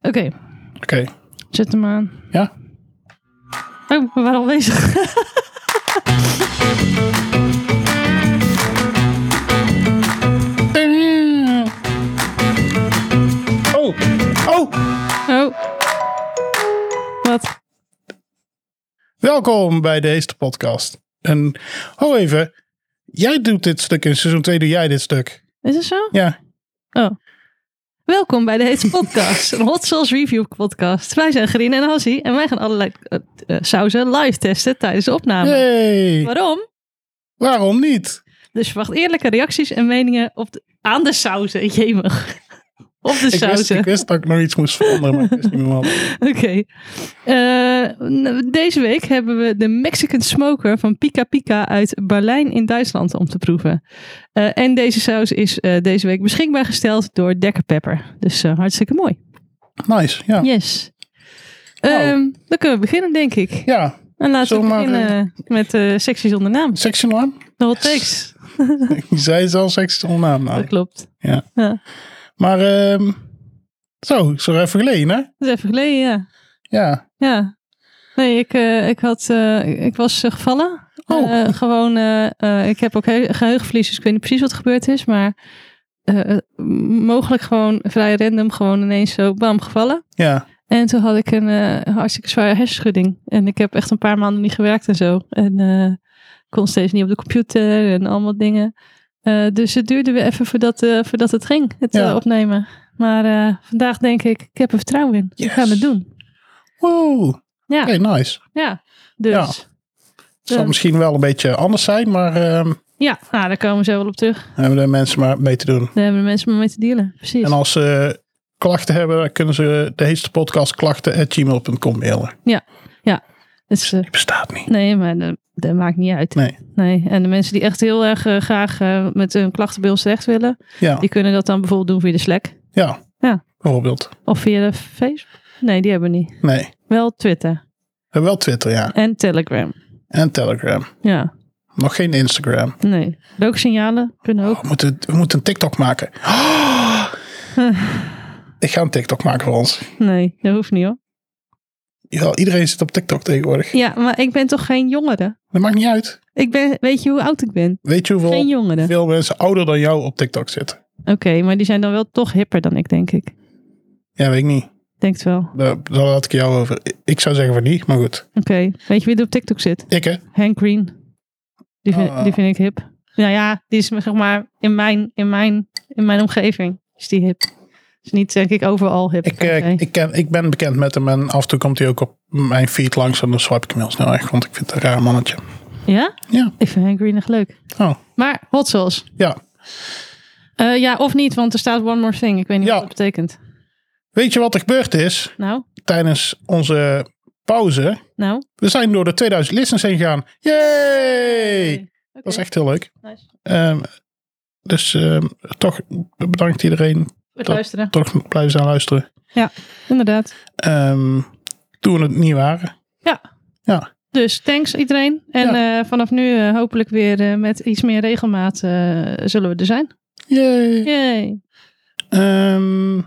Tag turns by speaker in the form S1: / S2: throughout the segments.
S1: Oké,
S2: Oké.
S1: zet hem aan.
S2: Ja?
S1: Oh, we waren al bezig.
S2: Oh! Oh!
S1: Oh. Wat?
S2: Welkom bij deze podcast. En, oh even. Jij doet dit stuk in seizoen 2, doe jij dit stuk.
S1: Is het zo?
S2: Ja.
S1: Welkom bij deze podcast, een Hot Sauce Review podcast. Wij zijn Grien en Hassie en wij gaan allerlei eh, eh, sauzen live testen tijdens de opname.
S2: Hey!
S1: Waarom?
S2: Waarom niet?
S1: Dus verwacht eerlijke reacties en meningen op de, aan de sauzen. Jemig. Op de
S2: Ik wist,
S1: sauzen.
S2: ik wist dat ik nog iets moest veranderen, maar ik wist niet meer wat.
S1: Oké. Eh, nou, deze week hebben we de Mexican Smoker van Pika Pika uit Berlijn in Duitsland om te proeven. Eh, en deze saus is eh, deze week beschikbaar gesteld door Dekker Pepper. Dus eh, hartstikke mooi.
S2: Nice, ja.
S1: Yes.
S2: Nou.
S1: Ehm, dan kunnen we beginnen, denk ik.
S2: Ja,
S1: En laten we
S2: Zullen we maar,
S1: beginnen met eh sectie zonder naam.
S2: section naam.
S1: De hot takes.
S2: Je zei het al, section naam.
S1: Dat
S2: Nou.
S1: klopt.
S2: Ja.
S1: ja.
S2: Maar, ehm zo, zo even geleden, hè?
S1: Dat is even geleden, ja.
S2: Ja.
S1: Ja. Nee, ik, eh, ik, had, eh, ik was eh, gevallen.
S2: Oh.
S1: Eh, gewoon, eh, eh, ik heb ook he- geheugenverlies, dus ik weet niet precies wat er gebeurd is. Maar eh, m- mogelijk gewoon vrij random, gewoon ineens zo bam gevallen.
S2: Ja.
S1: En toen had ik een eh, hartstikke zware hersenschudding. En ik heb echt een paar maanden niet gewerkt en zo. En eh, kon steeds niet op de computer en allemaal dingen. Eh, dus het duurde weer even voordat, eh, voordat het ging, het
S2: Ja.
S1: eh, opnemen. Maar eh, vandaag denk ik, ik heb er vertrouwen in. We
S2: Yes.
S1: gaan het doen.
S2: Wow.
S1: Ja.
S2: Oké, nice.
S1: Ja, dus.
S2: Ja. zal
S1: Eh,
S2: misschien wel een beetje anders zijn, maar ehm,
S1: ja, nou, daar komen we zo wel op terug.
S2: hebben de mensen maar mee te doen.
S1: Daar hebben de mensen maar mee te dealen. Precies.
S2: En als ze klachten hebben, dan kunnen ze de heetste podcast klachten.gmail.com mailen.
S1: Dus, eh,
S2: Die bestaat niet.
S1: nee, maar dat, dat maakt niet uit.
S2: Nee.
S1: En de mensen die echt heel erg eh, graag eh, met hun klachten bij ons terecht willen,
S2: Ja,
S1: die kunnen dat dan bijvoorbeeld doen via de Slack.
S2: ja.
S1: Ja.
S2: Bijvoorbeeld.
S1: Of via de Facebook? Nee, die hebben we niet.
S2: Nee. We
S1: Wel Twitter
S2: hebben wel Twitter, ja.
S1: en Telegram.
S2: En Telegram.
S1: Ja,
S2: Nog geen Instagram.
S1: nee. Rooksignalen kunnen ook.
S2: Oh, we, moeten, we moeten een TikTok maken. Ik ga een TikTok maken voor ons.
S1: Nee, dat hoeft niet hoor.
S2: Jawel, iedereen zit op TikTok tegenwoordig.
S1: Ja, maar ik ben toch geen jongere?
S2: Dat maakt niet uit.
S1: Ik ben, weet je hoe oud ik ben?
S2: Weet je
S1: Geen
S2: hoeveel
S1: jongere.
S2: veel mensen ouder dan jou op TikTok zitten?
S1: Oké, maar die zijn dan wel toch hipper dan ik, denk ik.
S2: Ja, weet ik niet.
S1: Denk het wel. Oké,
S2: Daar, daar laat ik jou over. Ik zou zeggen van niet, maar goed.
S1: weet je wie er op TikTok zit?
S2: Ik hè?
S1: Hank Green. Die vind,
S2: Ah.
S1: die vind ik hip. Nou ja, die is zeg maar in mijn, in mijn, in mijn omgeving is die hip. Is niet denk ik overal hip.
S2: Ik, eh,
S1: Oké.
S2: ik, ken, ik ben bekend met hem en af en toe komt hij ook op mijn feed langs en dan swipe ik hem heel snel echt, want ik vind het een raar mannetje.
S1: Ja?
S2: Ja.
S1: Ik vind Hank Green echt leuk.
S2: Oh,
S1: Maar hot sauce.
S2: ja.
S1: Eh, ja, of niet, want er staat one more thing. Ik weet niet
S2: Ja.
S1: wat dat betekent.
S2: Weet je wat er gebeurd is
S1: Nou,
S2: tijdens onze pauze?
S1: nou.
S2: We zijn door de 2000 listens heen gegaan. Yay!
S1: Oké,
S2: Dat is echt heel leuk.
S1: nice.
S2: Ehm, dus ehm, toch bedankt iedereen.
S1: Voor het luisteren.
S2: Toch blijven staan luisteren.
S1: Inderdaad.
S2: Ehm, toen we het niet waren.
S1: Dus thanks iedereen. En eh, vanaf nu eh, hopelijk weer eh, met iets meer regelmaat eh, zullen we er zijn.
S2: Yay!
S1: Yay.
S2: Ehm,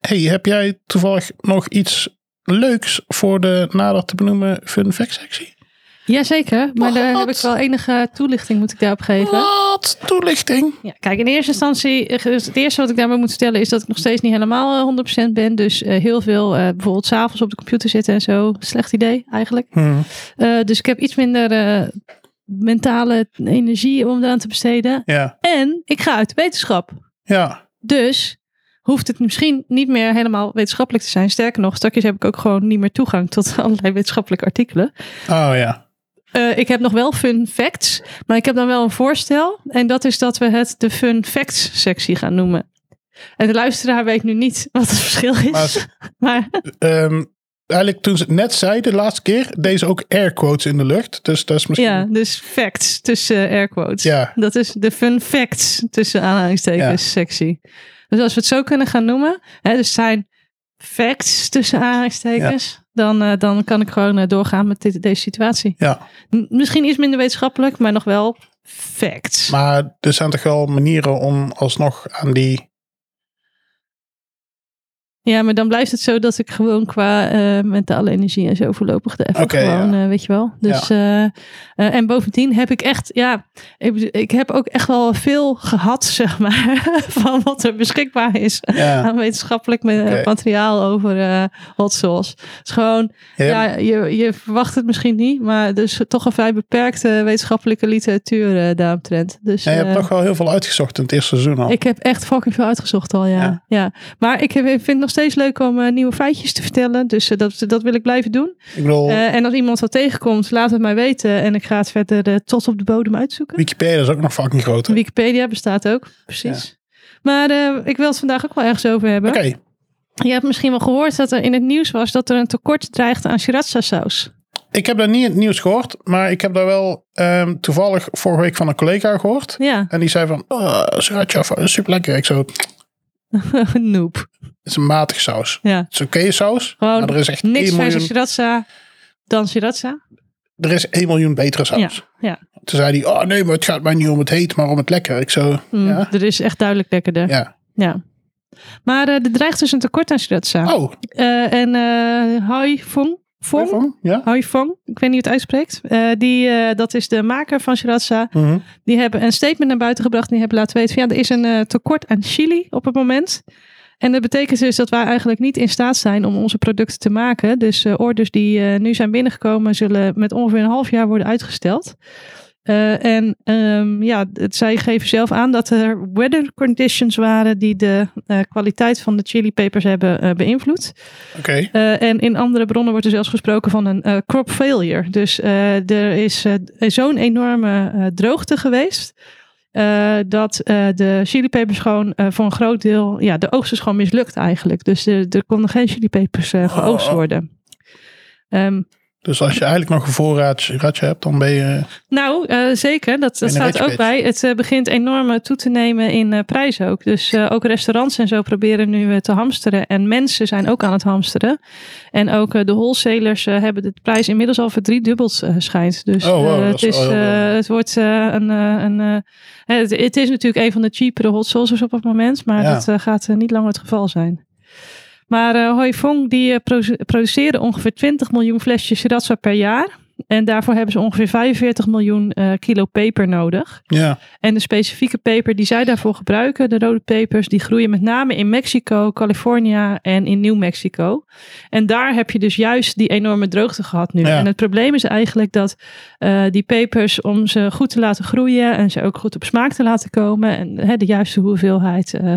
S2: hey, heb jij toevallig nog iets leuks voor de nader te benoemen fun fact sectie?
S1: Jazeker, maar daar
S2: Wat?
S1: heb ik wel enige toelichting moet ik daarop geven.
S2: Oh. Wat? Toelichting?
S1: Ja, kijk, in eerste instantie, eh, het eerste wat ik daarbij moet vertellen is dat ik nog steeds niet helemaal eh, 100% ben. Dus eh, heel veel, eh bijvoorbeeld s'avonds op de computer zitten en zo. Slecht idee eigenlijk.
S2: Hmm.
S1: Eh, dus ik heb iets minder eh, mentale energie om eraan te besteden.
S2: Ja,
S1: En ik ga uit de wetenschap.
S2: ja,
S1: Dus hoeft het misschien niet meer helemaal wetenschappelijk te zijn. Sterker nog, straks heb ik ook gewoon niet meer toegang tot allerlei wetenschappelijke artikelen.
S2: oh ja.
S1: Eh, ik heb nog wel fun facts, maar ik heb dan wel een voorstel. En dat is dat we het de fun facts sectie gaan noemen. En de luisteraar weet nu niet wat het verschil is.
S2: Maar
S1: Maar,
S2: ze- ehm, eigenlijk toen ze het net zei, de laatste keer, deze ook air quotes in de lucht. Dus dat is misschien...
S1: ja, dus facts tussen eh, air quotes.
S2: Ja.
S1: Dat is de fun facts tussen aanhalingstekens sectie. Dus als we het zo kunnen gaan noemen, hè, dus zijn facts tussen aanhalingstekens, dan, eh, dan kan ik gewoon eh, doorgaan met dit, deze situatie.
S2: Ja.
S1: M- misschien iets minder wetenschappelijk, maar nog wel facts.
S2: maar er zijn toch wel manieren om alsnog aan die
S1: Ja, maar dan blijft het zo dat ik gewoon qua eh, mentale energie en zo voorlopig de effort
S2: Oké,
S1: gewoon,
S2: ja.
S1: eh, weet je wel. Dus, eh, eh, en bovendien heb ik echt, ja, ik, bedoel, ik heb ook echt wel veel gehad, zeg maar, van wat er beschikbaar is
S2: Ja.
S1: aan wetenschappelijk me-
S2: Oké.
S1: materiaal over eh, hot sauce. Het is gewoon,
S2: Ja.
S1: ja, je, je verwacht het misschien niet, maar dus toch een vrij beperkte wetenschappelijke literatuur eh, daaromtrent. Dus,
S2: Ja, je
S1: eh,
S2: hebt toch wel heel veel uitgezocht in het eerste seizoen al.
S1: ik heb echt fucking veel uitgezocht al, ja.
S2: Oh. Ja.
S1: ja. Maar ik heb- vind het nog steeds leuk om eh, nieuwe feitjes te vertellen. Dus eh, dat, dat wil ik blijven doen.
S2: Ik bedoel,
S1: Eh, en als iemand wat tegenkomt, laat het mij weten. En ik ga het verder eh, tot op de bodem uitzoeken.
S2: Wikipedia is ook nog fucking groot. hè? Oké,
S1: Wikipedia bestaat ook, precies. Maar eh, ik wil het vandaag ook wel ergens over hebben. Je hebt misschien wel gehoord dat er in het nieuws was dat er een tekort dreigt aan sriracha saus.
S2: ik heb daar niet in het nieuws gehoord, maar ik heb daar wel ehm, toevallig vorige week van een collega gehoord.
S1: Ja,
S2: En die zei van, oh, sriracha, super lekker. Ik zo, het
S1: noep.
S2: is een matig saus.
S1: Ja.
S2: Het is oké saus,
S1: Gewoon
S2: maar Nou, er is echt 1
S1: Oh, Niks versus
S2: miljoen,
S1: sriracha dan sriracha.
S2: er is 1 miljoen betere
S1: Ja,
S2: saus.
S1: ja.
S2: Toen zei hij, oh nee, maar het gaat mij niet om het heet, maar om het lekker. Ik zo,
S1: Mm,
S2: ja,
S1: Er is echt duidelijk lekkerder.
S2: ja.
S1: Ja. Maar eh, er dreigt dus een tekort aan sriracha.
S2: Oh,
S1: Eh, en eh Haifong, Fong,
S2: daarvan? Ja.
S1: Haifong, ik weet niet hoe je het uitspreekt. Eh, die, eh, dat is de maker van sriracha.
S2: Mhm.
S1: Die hebben een statement naar buiten gebracht. En die hebben laten weten, van, ja, er is een eh, tekort aan chili op het moment. En dat betekent dus dat wij eigenlijk niet in staat zijn om onze producten te maken. Dus eh, orders die eh, nu zijn binnengekomen zullen met ongeveer een half jaar worden uitgesteld. Eh, en ehm, ja, het, zij geven zelf aan dat er weather conditions waren die de eh, kwaliteit van de chilipepers hebben eh, beïnvloed.
S2: Oké,
S1: Eh, en in andere bronnen wordt er zelfs gesproken van een eh, crop failure. Dus eh, er is eh, zo'n enorme eh, droogte geweest. eh, dat eh, de chilipepers gewoon eh, voor een groot deel. Ja, de oogst is gewoon mislukt eigenlijk. Dus er- er konden geen chilipepers eh geoogst
S2: Oh.
S1: worden. Ehm,
S2: dus als je eigenlijk nog een voorraad sriracha hebt, dan ben je...
S1: nou, eh, zeker. Dat, dat
S2: een
S1: staat
S2: rich
S1: ook
S2: bitch.
S1: bij. Het eh, begint enorm eh, toe te nemen in eh, prijs ook. Dus eh, ook restaurants en zo proberen nu eh, te hamsteren. En mensen zijn ook aan het hamsteren. En ook eh, de wholesalers eh, hebben de prijs inmiddels al verdriedubbeld eh, schijnt. Dus
S2: Oh, wow,
S1: eh,
S2: dat
S1: het,
S2: is
S1: is,
S2: wel heel
S1: eh,
S2: veel.
S1: het wordt eh, een... eh, een eh, het, het is natuurlijk een van de cheapere hot sauces op het moment. Maar
S2: Ja.
S1: dat eh, gaat eh, niet langer het geval zijn. Maar eh Hoi Fong die eh, produ- produceren ongeveer 20 miljoen flesjes sriracha per jaar. En daarvoor hebben ze ongeveer 45 miljoen eh, kilo peper nodig.
S2: Ja,
S1: En de specifieke peper die zij daarvoor gebruiken, de rode pepers, die groeien met name in Mexico, Californië en in Nieuw-Mexico. En daar heb je dus juist die enorme droogte gehad nu.
S2: Ja.
S1: En het probleem is eigenlijk dat eh, die pepers, om ze goed te laten groeien en ze ook goed op smaak te laten komen en hè, de juiste hoeveelheid eh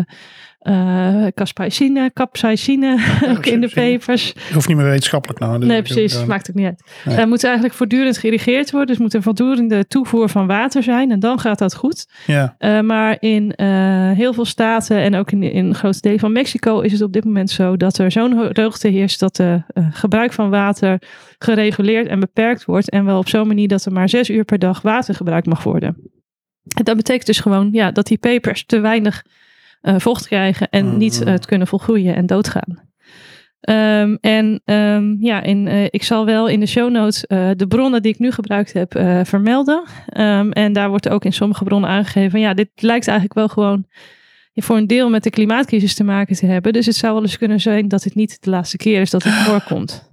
S1: eh, capsaicine, capsaicine ook in de
S2: capsaicine.
S1: pepers.
S2: je hoeft niet meer wetenschappelijk nou. dus
S1: Nee,
S2: dat
S1: precies.
S2: doe ik dan.
S1: Maakt ook niet uit.
S2: Nee.
S1: Er moet eigenlijk voortdurend geïrrigeerd worden. Dus moet er voortdurende toevoer van water zijn. En dan gaat dat goed.
S2: Ja,
S1: Eh, maar in eh, heel veel staten en ook in, in grote delen van Mexico is het op dit moment zo dat er zo'n ho- droogte heerst dat de eh, gebruik van water gereguleerd en beperkt wordt. En wel op zo'n manier dat er maar zes uur per dag water gebruikt mag worden. En dat betekent dus gewoon ja, dat die pepers te weinig eh, vocht krijgen en
S2: Mm.
S1: niet eh, het kunnen volgroeien en doodgaan. Ehm, en ehm, ja, in, eh, ik zal wel in de show notes eh, de bronnen die ik nu gebruikt heb eh, vermelden. Ehm, en daar wordt ook in sommige bronnen aangegeven. Ja, dit lijkt eigenlijk wel gewoon voor een deel met de klimaatcrisis te maken te hebben. Dus het zou wel eens kunnen zijn dat dit niet de laatste keer is dat het voorkomt.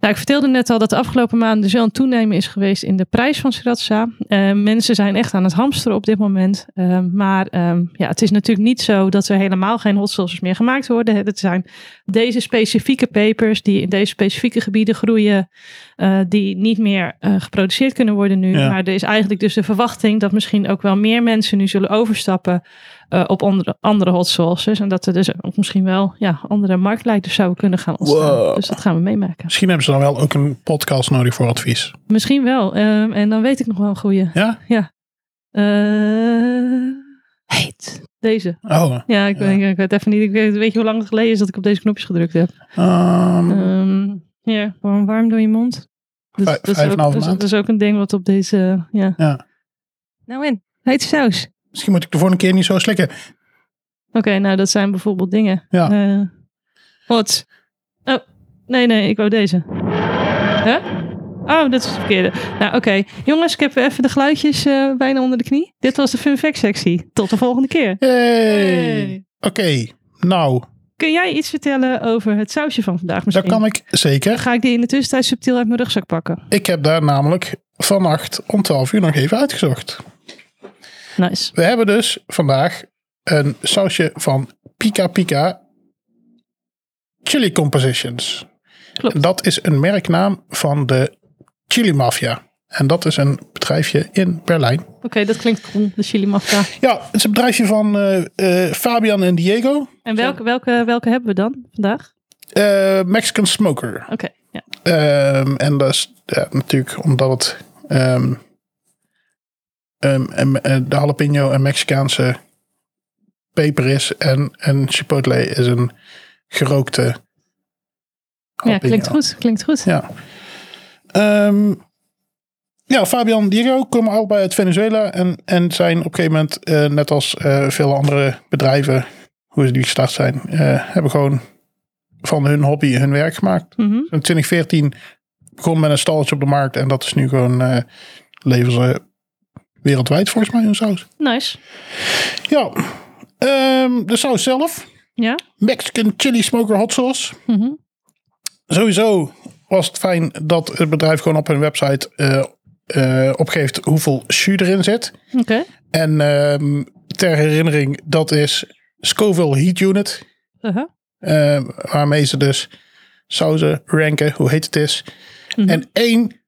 S1: Nou, ik vertelde net al dat de afgelopen maanden zo'n toename is geweest in de prijs van sriracha. Eh, mensen zijn echt aan het hamsteren op dit moment. Eh, maar ehm, ja, het is natuurlijk niet zo dat er helemaal geen hot sauces meer gemaakt worden. Het zijn deze specifieke pepers die in deze specifieke gebieden groeien, eh, die niet meer eh, geproduceerd kunnen worden nu.
S2: Ja.
S1: Maar er is eigenlijk dus de verwachting dat misschien ook wel meer mensen nu zullen overstappen eh, op andere, andere hot sauces. En dat er dus ook misschien wel ja, andere marktleiders zouden kunnen gaan ontstaan.
S2: Wow.
S1: Dus dat gaan we meemaken.
S2: misschien hebben ze dan wel ook een podcast nodig voor advies.
S1: Misschien wel. Ehm, en dan weet ik nog wel een goede.
S2: Ja?
S1: heet. Deze.
S2: Oh,
S1: Ja, ik, Weet, ik weet even niet. Ik weet, weet je hoe lang het geleden is dat ik op deze knopjes gedrukt heb?
S2: ehm,
S1: Ehm, ja, warm, warm door je mond. Dat,
S2: Vijf-
S1: dat, is
S2: vijf en
S1: ook,
S2: een halve
S1: dat, is-
S2: maand.
S1: dat is ook een ding wat op deze. Ja.
S2: Ja.
S1: Nou in. Heet saus.
S2: misschien moet ik de volgende keer niet zo slikken.
S1: Oké, nou dat zijn bijvoorbeeld dingen.
S2: Ja.
S1: Eh, hot. Oh, nee, nee, ik wou deze. Huh? Oh, dat is de verkeerde. Nou, oké. Jongens, ik heb even de geluidjes eh, bijna onder de knie. Dit was de fun fact sectie. Tot de volgende keer.
S2: Hey. Oké, nou,
S1: Kun jij iets vertellen over het sausje van vandaag
S2: Dat
S1: misschien?
S2: kan ik zeker.
S1: Ga ik die in de tussentijd subtiel uit mijn rugzak pakken.
S2: Ik heb daar namelijk vannacht om 12 uur nog even uitgezocht.
S1: Nice.
S2: We hebben dus vandaag een sausje van Pika Pika Chili Compositions.
S1: Klopt.
S2: En Dat is een merknaam van de Chili Mafia. En dat is een bedrijfje in Berlijn.
S1: Oké, dat klinkt cool, dus de chili mafia.
S2: Ja, het is een bedrijfje van eh, eh, Fabian en Diego.
S1: En welke, welke, welke hebben we dan vandaag?
S2: Eh, Mexican Smoker.
S1: Oké, ja.
S2: Ehm, en dat is ja, natuurlijk omdat het ehm, ehm, en, eh, de jalapeno een Mexicaanse peper is en een chipotle is een gerookte
S1: Ja,
S2: jalapeno.
S1: klinkt goed, klinkt goed.
S2: Ja. Ehm, ja, Fabian en Diego komen allebei uit Venezuela en, en zijn op een gegeven moment, eh, net als eh, veel andere bedrijven, hoe ze die gestart zijn, eh, hebben gewoon van hun hobby hun werk gemaakt.
S1: Mhm.
S2: In 2014 begon met een stalletje op de markt. En dat is nu gewoon eh leveren ze wereldwijd volgens mij hun saus.
S1: Nice.
S2: Ja, ehm, de saus zelf.
S1: Ja?
S2: Mexican chili smoker hot sauce.
S1: Mhm.
S2: Sowieso was het fijn dat het bedrijf gewoon op hun website eh, eh, opgeeft hoeveel jus erin zit.
S1: Oké.
S2: En ehm, ter herinnering, dat is Scoville Heat Unit.
S1: Aha.
S2: eh, waarmee ze dus sauzen ranken, hoe heet het is.
S1: Mhm.
S2: En één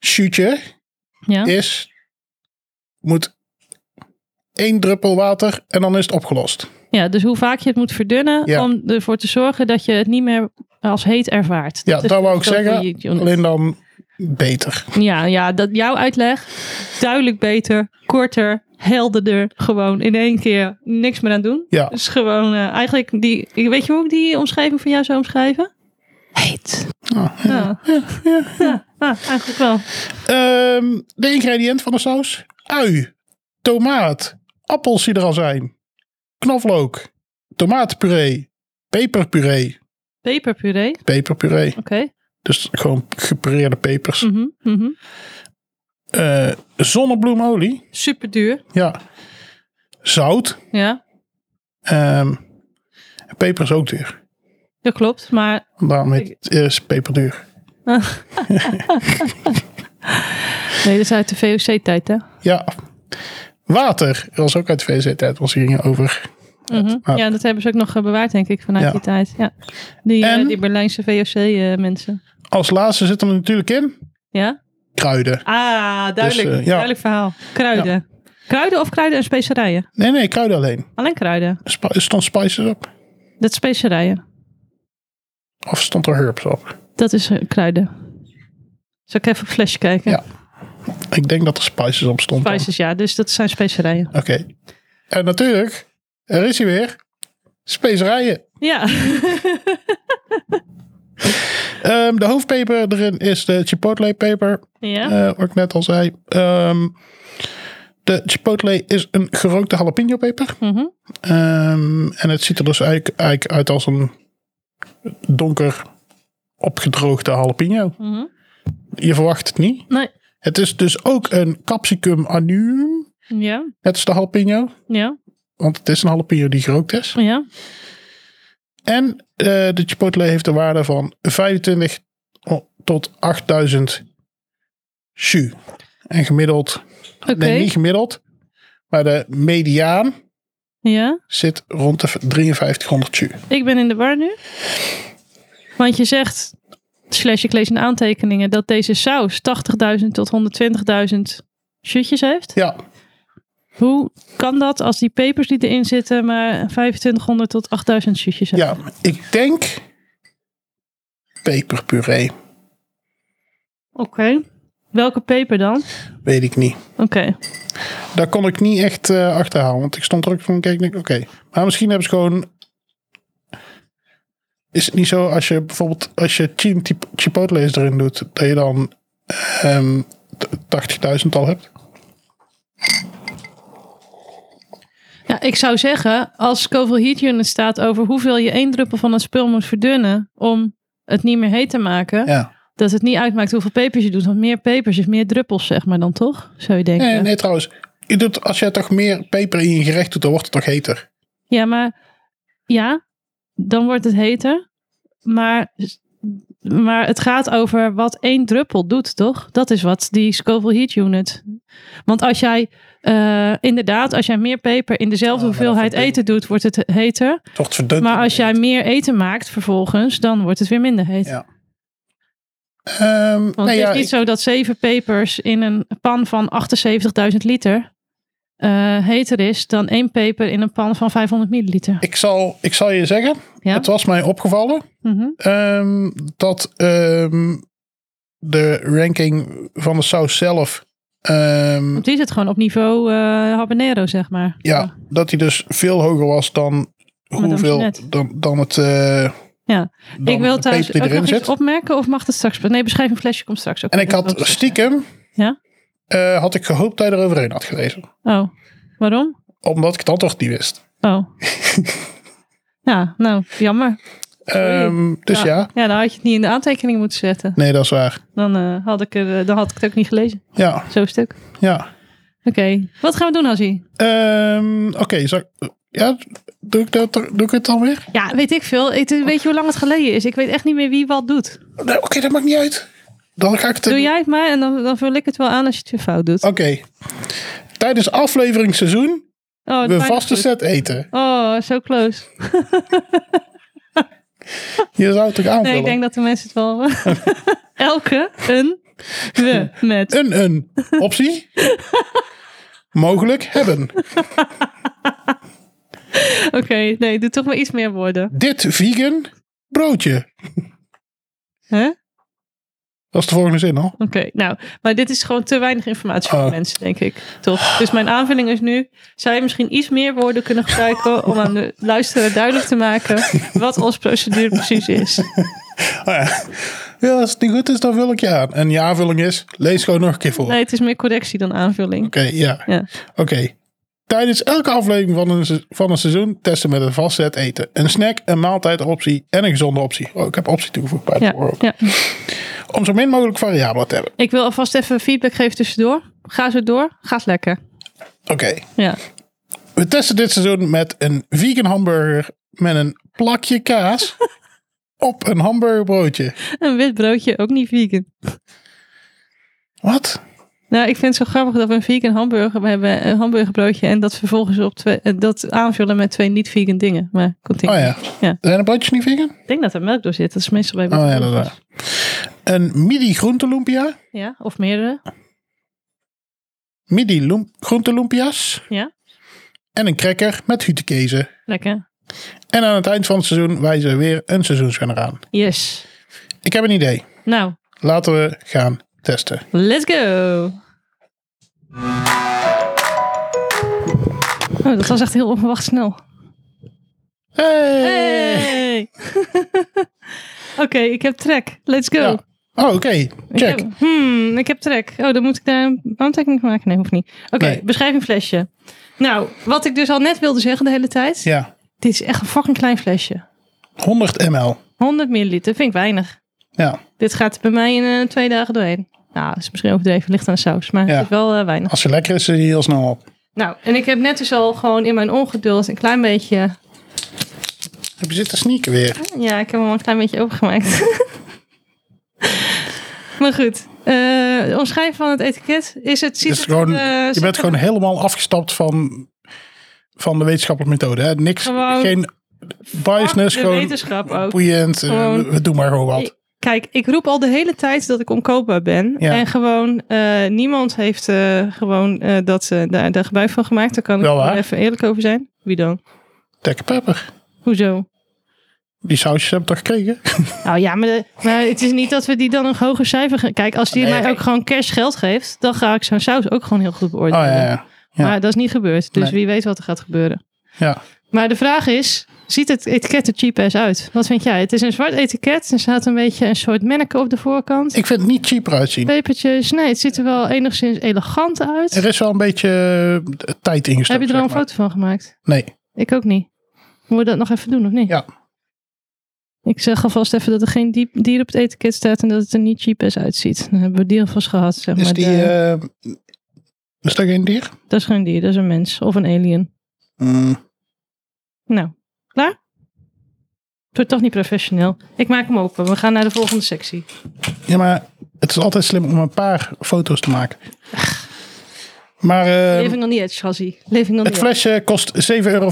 S2: shootje
S1: Ja.
S2: is, moet één druppel water en dan is het opgelost.
S1: ja, dus hoe vaak je het moet verdunnen
S2: Ja.
S1: om ervoor te zorgen dat je het niet meer als heet ervaart.
S2: Ja,
S1: Dus is
S2: dat wou ik
S1: zo
S2: zeggen.
S1: voor je unit.
S2: Alleen dan beter.
S1: Ja, ja dat, jouw uitleg duidelijk beter, korter, helderder. Gewoon in één keer niks meer aan doen.
S2: Ja,
S1: Dus gewoon eh, eigenlijk die. Weet je hoe ik die omschrijving van jou zou omschrijven? Heet.
S2: Ah,
S1: ja. Ja, ah, eigenlijk wel.
S2: Ehm, de ingrediënt van de saus. Ui, tomaat, appels die er al zijn, knoflook, tomaatpuree, peperpuree,
S1: Peperpuree. Oké.
S2: peperpuree. Dus gewoon gepureerde pepers.
S1: Mhm, mhm.
S2: Eh, zonnebloemolie,
S1: Super duur.
S2: ja. Zout,
S1: Ja,
S2: Ehm, peper is ook duur.
S1: dat klopt. Maar
S2: Daarom heet het, is peper duur.
S1: nee, dat is uit de VOC-tijd, hè?
S2: Ja. Water dat was ook uit de VZ-tijd, want ze gingen over.
S1: Mhm.
S2: Ah.
S1: Ja, dat hebben ze ook nog eh, bewaard, denk ik, vanuit
S2: Ja.
S1: die tijd. Ja. Die, eh,
S2: En?
S1: die Berlijnse VOC-mensen.
S2: Als laatste zit er natuurlijk in
S1: eh, ja?
S2: kruiden.
S1: Ah, duidelijk.
S2: eh, ja.
S1: Duidelijk verhaal. Kruiden. Kruiden of kruiden en specerijen?
S2: Nee, nee, kruiden alleen.
S1: Alleen kruiden.
S2: Sp- stond spices op?
S1: Dat is specerijen.
S2: Of stond er herbs op?
S1: Dat is eh, kruiden. Zal ik even op het flesje kijken?
S2: Ja. Ik denk dat er spices op stond. dan.
S1: Spices, ja. Dus dat zijn specerijen.
S2: Oké. En natuurlijk, er is hij weer. Specerijen.
S1: Ja.
S2: Ehm, de hoofdpeper erin is de chipotle peper.
S1: ja.
S2: Eh, wat ik net al zei. Ehm, de chipotle is een gerookte jalapeno peper.
S1: Mhm.
S2: Ehm, en het ziet er dus eigenlijk, eigenlijk uit als een donker opgedroogde jalapeno.
S1: Mhm.
S2: Je verwacht het niet.
S1: Nee.
S2: Het is dus ook een capsicum annuum.
S1: Ja.
S2: Net als de jalapeno.
S1: Ja.
S2: Want het is een jalapeno die gerookt is.
S1: Ja.
S2: En eh, de chipotle heeft een waarde van 25 tot 8000 shu. En gemiddeld,
S1: Oké.
S2: nee niet gemiddeld, maar de mediaan
S1: Ja.
S2: zit rond de 5300 shu.
S1: Ik ben in de war nu. Want je zegt, slash ik lees in de aantekeningen, dat deze saus 80.000 tot 120.000 shutjes heeft.
S2: Ja,
S1: Hoe kan dat als die pepers die erin zitten maar 2500 tot 8000 shutjes hebben?
S2: ja, ik denk peperpuree,
S1: Oké. Welke peper dan?
S2: weet ik niet.
S1: Oké.
S2: Daar kon ik niet echt eh, achterhalen, want ik stond er ook van kijk, denk oké. Maar misschien hebben ze gewoon... Is het niet zo als je bijvoorbeeld als je chim chip- chipotle's erin doet, dat je dan ehm, t- 80.000 al hebt?
S1: Ja, ik zou zeggen, als Scoville Heat Unit staat over hoeveel je één druppel van het spul moet verdunnen om het niet meer heet te maken,
S2: Ja.
S1: dat het niet uitmaakt hoeveel pepers je doet. Want meer pepers is meer druppels, zeg maar dan toch? Zou je denken?
S2: Nee, nee, trouwens. Je doet, als je toch meer peper in je gerecht doet, dan wordt het toch heter.
S1: Ja, maar ja, dan wordt het heter. Maar, maar het gaat over wat één druppel doet, toch? Dat is wat die Scoville Heat Unit. Want als jij eh, inderdaad, als jij meer peper in dezelfde
S2: Ah, maar dat
S1: hoeveelheid
S2: verdun-
S1: eten doet, wordt het heter.
S2: Toch verdund.
S1: Maar als jij meer eten maakt vervolgens, dan wordt het weer minder heet.
S2: Ja. Ehm,
S1: Want
S2: nee,
S1: het
S2: ja,
S1: is niet
S2: ik-
S1: zo dat zeven pepers in een pan van 78.000 liter eh, heter is dan één peper in een pan van 500 milliliter.
S2: ik, zal, ik zal je zeggen,
S1: Ja?
S2: het was mij opgevallen
S1: Mhm.
S2: ehm, dat ehm, de ranking van de saus zelf. ehm,
S1: Want die zit gewoon op niveau eh, habanero, zeg maar.
S2: ja, dat die dus veel hoger was dan
S1: Madame
S2: hoeveel
S1: Oh, Jeanette.
S2: dan, dan het. eh,
S1: Ja.
S2: dan
S1: ik wil
S2: de
S1: trouwens
S2: peper die
S1: ook nog
S2: erin
S1: iets
S2: zit.
S1: opmerken of mag dat straks? Nee, beschrijving flesje komt straks ook.
S2: En
S1: nog
S2: ik
S1: in, dat
S2: had
S1: wil ik
S2: stiekem.
S1: Ja?
S2: eh, had ik gehoopt dat je er overheen had gelezen.
S1: zeggen. Oh, waarom?
S2: Omdat ik het antwoord niet wist.
S1: Oh. ja, nou, jammer.
S2: Ehm, dus ja.
S1: Ja, dan had je het niet in de aantekening moeten zetten.
S2: nee, dat is waar.
S1: Dan, eh, had, ik er, eh, dan had ik het ook niet gelezen.
S2: Ja,
S1: Zo'n stuk.
S2: ja.
S1: Oké, wat gaan we doen, Hazzie?
S2: Ehm, Oké, zal ik- ja, doe ik, dat, doe ik het dan weer?
S1: Ja, weet ik veel. Ik, eh, weet je hoe lang het geleden is? Ik weet echt niet meer wie wat doet.
S2: Nee, Oké, dat maakt niet uit. Dan ga ik het.
S1: Doe jij het maar en dan, dan vul ik het wel aan als je het weer fout doet.
S2: Oké. Tijdens afleveringsseizoen
S1: Oh,
S2: we
S1: bijna
S2: vaste
S1: goed.
S2: set eten.
S1: Oh, zo close.
S2: Je zou het toch aanvullen?
S1: Nee, ik denk dat de mensen het wel... Elke een we met.
S2: Een een optie. Mogelijk hebben.
S1: Oké, nee, doe toch maar iets meer woorden.
S2: Dit vegan broodje.
S1: hè? Oké,
S2: Dat is de volgende zin al.
S1: nou, maar dit is gewoon te weinig informatie voor
S2: Oh.
S1: mensen, denk ik. Toch? Dus mijn aanvulling is nu, zou je misschien iets meer woorden kunnen gebruiken om aan de luisteraar duidelijk te maken wat ons procedure precies is.
S2: Ah, ja. ja, als het niet goed is, dan vul ik je aan. En je aanvulling is, lees gewoon nog een keer voor.
S1: Nee, het is meer correctie dan aanvulling.
S2: Oké, ja.
S1: Ja.
S2: Oké. Tijdens elke aflevering van een, se- van een seizoen testen met een vast set eten. Een snack, een maaltijdoptie en een gezonde optie. Oh, ik heb optie toegevoegd bij het
S1: Ja,
S2: voorbeeld.
S1: ja.
S2: Om zo min mogelijk variabelen te hebben.
S1: Ik wil alvast even feedback geven tussendoor. Ga zo door. Gaat lekker.
S2: Oké.
S1: Ja.
S2: We testen dit seizoen met een vegan hamburger met een plakje kaas op een hamburgerbroodje.
S1: Een wit broodje, ook niet vegan.
S2: Wat?
S1: Nou, ik vind het zo grappig dat we een vegan hamburger hebben. Een hamburgerbroodje. En dat vervolgens op twee, eh, dat aanvullen met twee niet-vegan dingen. Maar continu.
S2: Oh ja.
S1: Ja.
S2: Zijn de broodjes niet vegan?
S1: Ik denk dat er melk door zit. Dat is meestal bij
S2: Oh ja,
S1: witte
S2: dat is
S1: broodjes.
S2: waar. Een midi groentelumpia.
S1: Ja, of meerdere.
S2: Midi loem- groentelumpia's.
S1: Ja,
S2: En een cracker met hutekezen.
S1: lekker.
S2: En aan het eind van het seizoen wijzen we weer een seizoenswinnaar aan.
S1: Yes.
S2: Ik heb een idee.
S1: Nou,
S2: Laten we gaan testen.
S1: let's go. Oh, dat was echt heel onverwacht snel.
S2: Hey!
S1: Hey! Oké, ik heb track. Let's go.
S2: Ja. Oh, oké.
S1: Ik
S2: Check.
S1: heb, hmm, ik heb track. Oh, dan moet ik daar een aantekening van maken. Nee, hoeft niet. Oké,
S2: Nee.
S1: beschrijving flesje. Nou, wat ik dus al net wilde zeggen de hele tijd.
S2: Ja,
S1: Dit is echt een fucking klein flesje.
S2: 100 ml.
S1: 100 milliliter, vind ik weinig.
S2: Ja,
S1: Dit gaat bij mij in eh, twee dagen doorheen. Nou, dat is misschien overdreven, ligt aan de saus. Maar
S2: Ja.
S1: het is wel eh, weinig.
S2: als ze lekker is, is die heel snel op.
S1: Nou, en ik heb net dus al gewoon in mijn ongeduld een klein beetje...
S2: Heb je zitten sneaken weer?
S1: Ja, ik heb hem al een klein beetje opengemaakt. maar goed. Eh omschrijven van het etiket. Is het... ziet
S2: Dus
S1: het,
S2: gewoon,
S1: eh,
S2: je
S1: ziet
S2: bent
S1: het-
S2: gewoon helemaal afgestapt van, van de wetenschappelijke methode. Hè? Niks,
S1: Gewoon-
S2: geen biasness,
S1: de
S2: gewoon
S1: wetenschap ook.
S2: boeiend. eh,
S1: Gewoon-
S2: we doen maar gewoon wat.
S1: Kijk, ik roep al de hele tijd dat ik onkoopbaar ben.
S2: Ja.
S1: En gewoon eh, niemand heeft eh, gewoon eh, dat, eh, daar, daar gebruik van gemaakt. Daar kan
S2: Wel
S1: ik
S2: waar.
S1: even eerlijk over zijn. Wie dan?
S2: Dekker pepper.
S1: Hoezo?
S2: Die sausjes hebben we toch gekregen?
S1: Nou ja, maar, de- maar het is niet dat we die dan een hoger cijfer gaan. Kijk, als die
S2: Nee,
S1: mij
S2: kijk.
S1: ook gewoon cash geld geeft, dan ga ik zo'n saus ook gewoon heel goed
S2: Oh
S1: beoordelen.
S2: ja, ja. ja.
S1: Maar dat is niet gebeurd. Dus
S2: Nee.
S1: wie weet wat er gaat gebeuren.
S2: ja.
S1: Maar de vraag is, ziet het etiket er cheap ass uit? Wat vind jij? Het is een zwart etiket. Er staat een beetje een soort menneke op de voorkant.
S2: Ik vind het niet cheaper uitzien.
S1: pepertjes. Nee, het ziet er wel enigszins elegant uit.
S2: Er is wel een beetje eh, tijd ingestoken.
S1: Heb je er al een
S2: zeg maar.
S1: foto van gemaakt?
S2: Nee.
S1: Ik ook niet. Moet je dat nog even doen, of niet?
S2: Ja.
S1: Ik zeg alvast even dat er geen diep- dier op het etiket staat en dat het er niet cheap is uitziet. Dan hebben we die alvast gehad, zeg
S2: Is
S1: maar.
S2: die...
S1: De-
S2: eh, is dat geen dier?
S1: Dat is geen dier, dat is een mens of een alien.
S2: Mm,
S1: Nou, klaar? Het wordt toch niet professioneel. Ik maak hem open. We gaan naar de volgende sectie.
S2: Ja, maar het is altijd slim om een paar foto's te maken. Maar eh,
S1: Living on the edge, Hazzy. Living on the
S2: het
S1: edge.
S2: flesje kost 7,45 euro.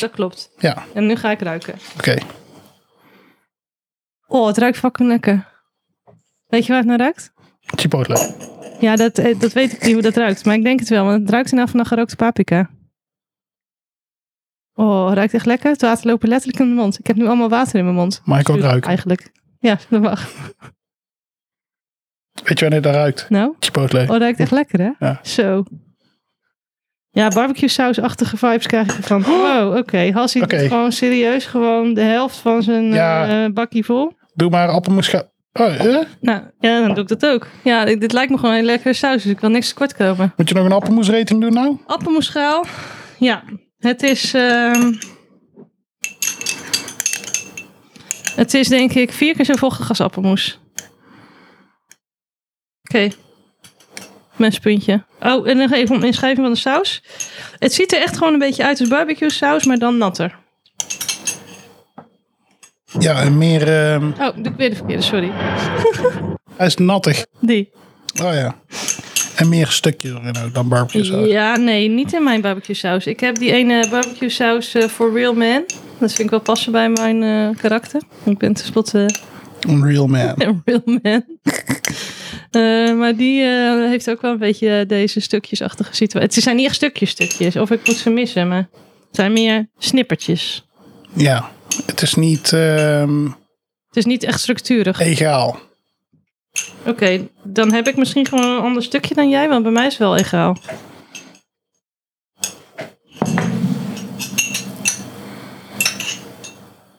S1: Dat klopt.
S2: Ja,
S1: En nu ga ik ruiken.
S2: oké.
S1: Oh, het ruikt fucking lekker. Weet je waar het naar ruikt?
S2: Chipotle.
S1: Ja, dat, eh, dat weet ik niet hoe dat ruikt. Maar ik denk het wel, want het ruikt in af van een gerookte paprika. Oh, ruikt echt lekker. Het water loopt letterlijk in mijn mond. Ik heb nu allemaal water in mijn mond.
S2: Mag ik ook
S1: Zuur,
S2: ruiken?
S1: Eigenlijk. Ja, dat mag.
S2: Weet je wanneer dat ruikt?
S1: Nou,
S2: Chipotle.
S1: oh, ruikt echt lekker, hè?
S2: Ja.
S1: Zo. Ja, barbecue sausachtige vibes krijg ik ervan. Wow, oké. Hassie doet
S2: Oh! Oké.
S1: gewoon serieus gewoon de helft van zijn
S2: Ja.
S1: eh, bakje vol.
S2: Doe maar appelmoesga... Oh, eh?
S1: Nou, ja, dan doe ik dat ook. Ja, dit, dit lijkt me gewoon een lekkere saus, dus ik wil niks tekort komen.
S2: Moet je nog een appelmoesrating doen nou?
S1: Appelmoeschaal. Ja, het is. ehm, het is denk ik vier keer zo vochtig als appelmoes. Oké. Mespuntje. Oh, en nog even een inschrijving van de saus. Het ziet er echt gewoon een beetje uit als barbecue saus, maar dan natter.
S2: Ja, en meer... ehm,
S1: Oh, doe ik weer de verkeerde, sorry.
S2: hij is nattig.
S1: Die.
S2: Oh ja. En meer stukjes erin ook dan barbecue saus.
S1: Ja, nee, niet in mijn barbecue saus. Ik heb die ene barbecue saus eh, for real man. Dat vind ik wel passen bij mijn eh, karakter. Ik ben tenslotte
S2: Een real man.
S1: Een real man. Eh, maar die eh, heeft ook wel een beetje eh, deze stukjesachtige situatie. Het zijn niet echt stukjes stukjes, of ik moet ze missen, maar het zijn meer snippertjes.
S2: Ja. Het is niet ehm
S1: Het is niet echt structurig.
S2: egaal.
S1: Oké, dan heb ik misschien gewoon een ander stukje dan jij, want bij mij is het wel egaal.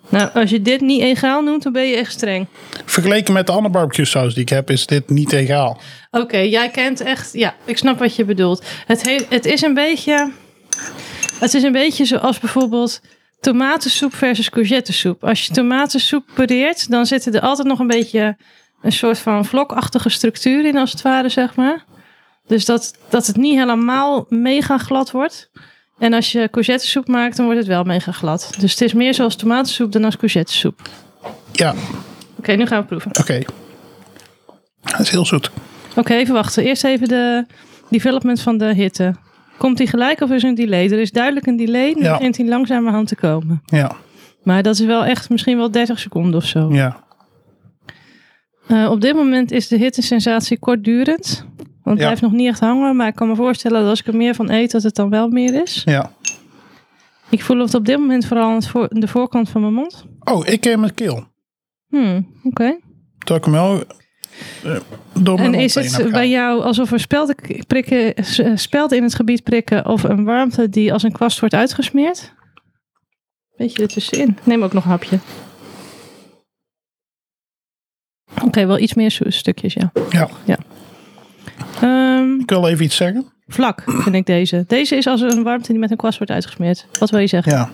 S1: Nou, als je dit niet egaal noemt, dan ben je echt streng.
S2: Vergeleken met de andere barbecue saus die ik heb, is dit niet egaal.
S1: Oké, jij kent echt. Ja, ik snap wat je bedoelt. Het, heeft, het is een beetje. Het is een beetje zoals bijvoorbeeld tomatensoep versus courgettesoep. Als je tomatensoep pareert, dan zitten er altijd nog een beetje een soort van vlokachtige structuur in, als het ware, zeg maar. Dus dat, dat het niet helemaal mega glad wordt. En als je courgettesoep maakt, dan wordt het wel mega glad. Dus het is meer zoals tomatensoep dan als courgettesoep. Oké,
S2: Ja,
S1: nu gaan we proeven.
S2: oké. Dat is heel zoet.
S1: Oké, even wachten. Eerst even de development van de hitte. Komt die gelijk of is er een delay? Er is duidelijk een delay. Nu
S2: Ja.
S1: begint hij langzamerhand te komen.
S2: Ja,
S1: Maar dat is wel echt misschien wel 30 seconden of zo.
S2: ja.
S1: Eh, op dit moment is de hittesensatie kortdurend. Want
S2: Ja.
S1: hij heeft nog niet echt hangen. Maar ik kan me voorstellen dat als ik er meer van eet, dat het dan wel meer is.
S2: ja.
S1: Ik voel het op dit moment vooral aan het voor, de voorkant van mijn mond.
S2: Oh, ik ken mijn keel.
S1: Hmm, oké.
S2: Terwijl ik hem wel eh, door mijn
S1: En
S2: mond
S1: is
S2: heen heb
S1: het
S2: gehaald.
S1: bij jou alsof er spelden, k- prikken, s- eh, spelden in het gebied prikken of een warmte die als een kwast wordt uitgesmeerd? Beetje ertussenin. Ik Neem ook nog een hapje. Oké, wel iets meer soes- stukjes, ja.
S2: Ja.
S1: Ehm,
S2: Ik wil even iets zeggen.
S1: vlak vind ik deze. Deze is als een warmte die met een kwast wordt uitgesmeerd. Wat wil je zeggen?
S2: Ja.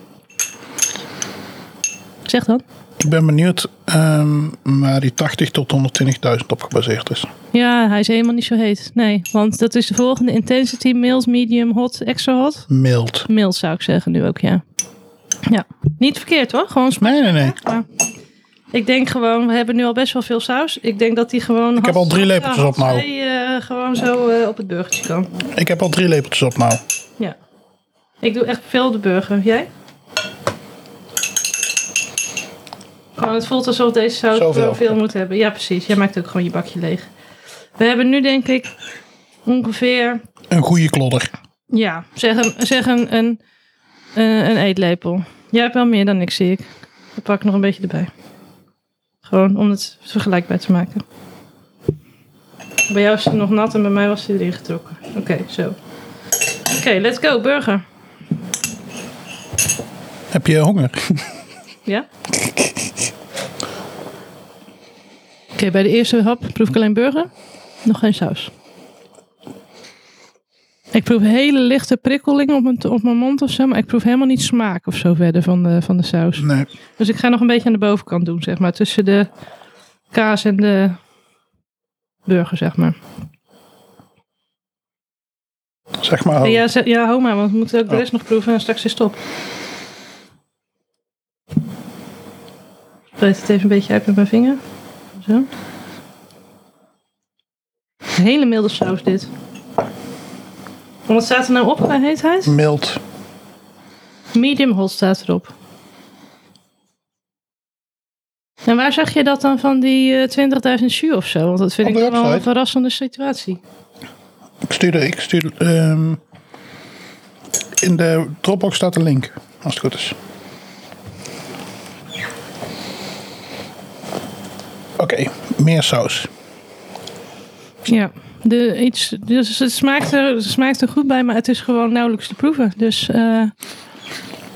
S1: Zeg dan.
S2: Ik ben benieuwd ehm, waar die 80 tot 120.000 op gebaseerd is.
S1: Ja, hij is helemaal niet zo heet. Nee, want dat is de volgende intensity. Mild, medium, hot, extra hot.
S2: Mild.
S1: Mild zou ik zeggen nu ook, ja. Ja, niet verkeerd hoor. Gewoon smaak.
S2: Nee, nee, nee.
S1: Maar ik denk gewoon, we hebben nu al best wel veel saus. Ik denk dat die gewoon... Ik
S2: heb al drie lepeltjes op nou.
S1: gewoon zo eh, op het burgertje kan.
S2: Ik heb al drie lepeltjes op nou.
S1: Ja. Ik doe echt veel op de burger. Jij? Gewoon, het voelt alsof deze saus
S2: Zoveel.
S1: wel veel moet hebben. Ja, precies. Jij maakt ook gewoon je bakje leeg. We hebben nu denk ik ongeveer
S2: Een goede klodder.
S1: Ja, zeg een, zeg een, een, eh, een eetlepel. Jij hebt wel meer dan ik, zie ik. Dan pak ik nog een beetje erbij. Gewoon om het vergelijkbaar te maken. Bij jou is het nog nat en bij mij was hij erin getrokken. Oké, zo. Oké, let's go, burger.
S2: Heb je honger?
S1: Ja? Oké, bij de eerste hap proef ik alleen burger. Nog geen saus. Ik proef hele lichte prikkeling op mijn, t- op mijn mond of zo. Maar ik proef helemaal niet smaak of zo verder van de, van de saus.
S2: Nee.
S1: Dus ik ga nog een beetje aan de bovenkant doen, zeg maar. Tussen de kaas en de burger, zeg maar.
S2: Zeg maar.
S1: Ja, ze- ja, hou maar, want we moeten ook de
S2: Oh.
S1: rest nog proeven en straks is het op. breid het even een beetje uit met mijn vinger. Zo. Hele milde saus dit. En wat staat er nou op qua heetheid?
S2: Mild.
S1: Medium hot staat erop. En waar zag je dat dan van die eh 20.000 jus of zo? Want dat vind
S2: Op
S1: ik
S2: de
S1: wel een
S2: website.
S1: verrassende situatie.
S2: Ik stuurde, ik stuurde, ehm, in de Dropbox staat een link, als het goed is. Oké, meer saus.
S1: Ja, de, iets, dus het, smaakt er, het smaakt er goed bij, maar het is gewoon nauwelijks te proeven. Dus eh,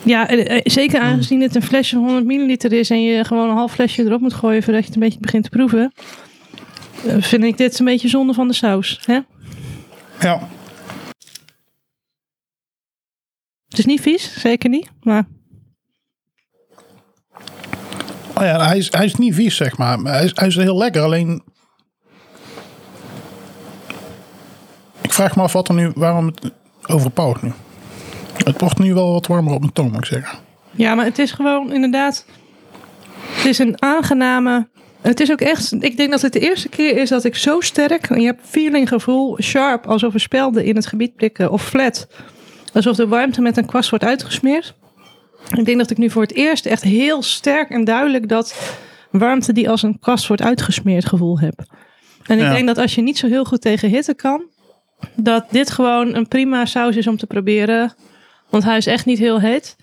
S1: ja, eh, eh, zeker aangezien het een flesje van 100 milliliter is en je gewoon een half flesje erop moet gooien voordat je het een beetje begint te proeven. eh, Vind ik dit een beetje zonde van de saus. Hè?
S2: Ja,
S1: Het is niet vies, zeker niet. Maar
S2: oh ja hij, is, hij is niet vies, zeg maar. maar Hij is, hij is heel lekker, alleen... Ik vraag me af wat er nu, waarom het overpowert nu. Het wordt nu wel wat warmer op mijn tong, moet ik zeggen.
S1: Ja, maar het is gewoon inderdaad. Het is een aangename. Het is ook echt. Ik denk dat het de eerste keer is dat ik zo sterk. Je hebt feeling, gevoel, sharp. Alsof er spelden in het gebied prikken. Of flat. Alsof de warmte met een kwast wordt uitgesmeerd. Ik denk dat ik nu voor het eerst echt heel sterk en duidelijk dat warmte die als een kwast wordt uitgesmeerd gevoel heb. En ik
S2: Ja.
S1: denk dat als je niet zo heel goed tegen hitte kan, dat dit gewoon een prima saus is om te proberen. Want hij is echt niet heel heet.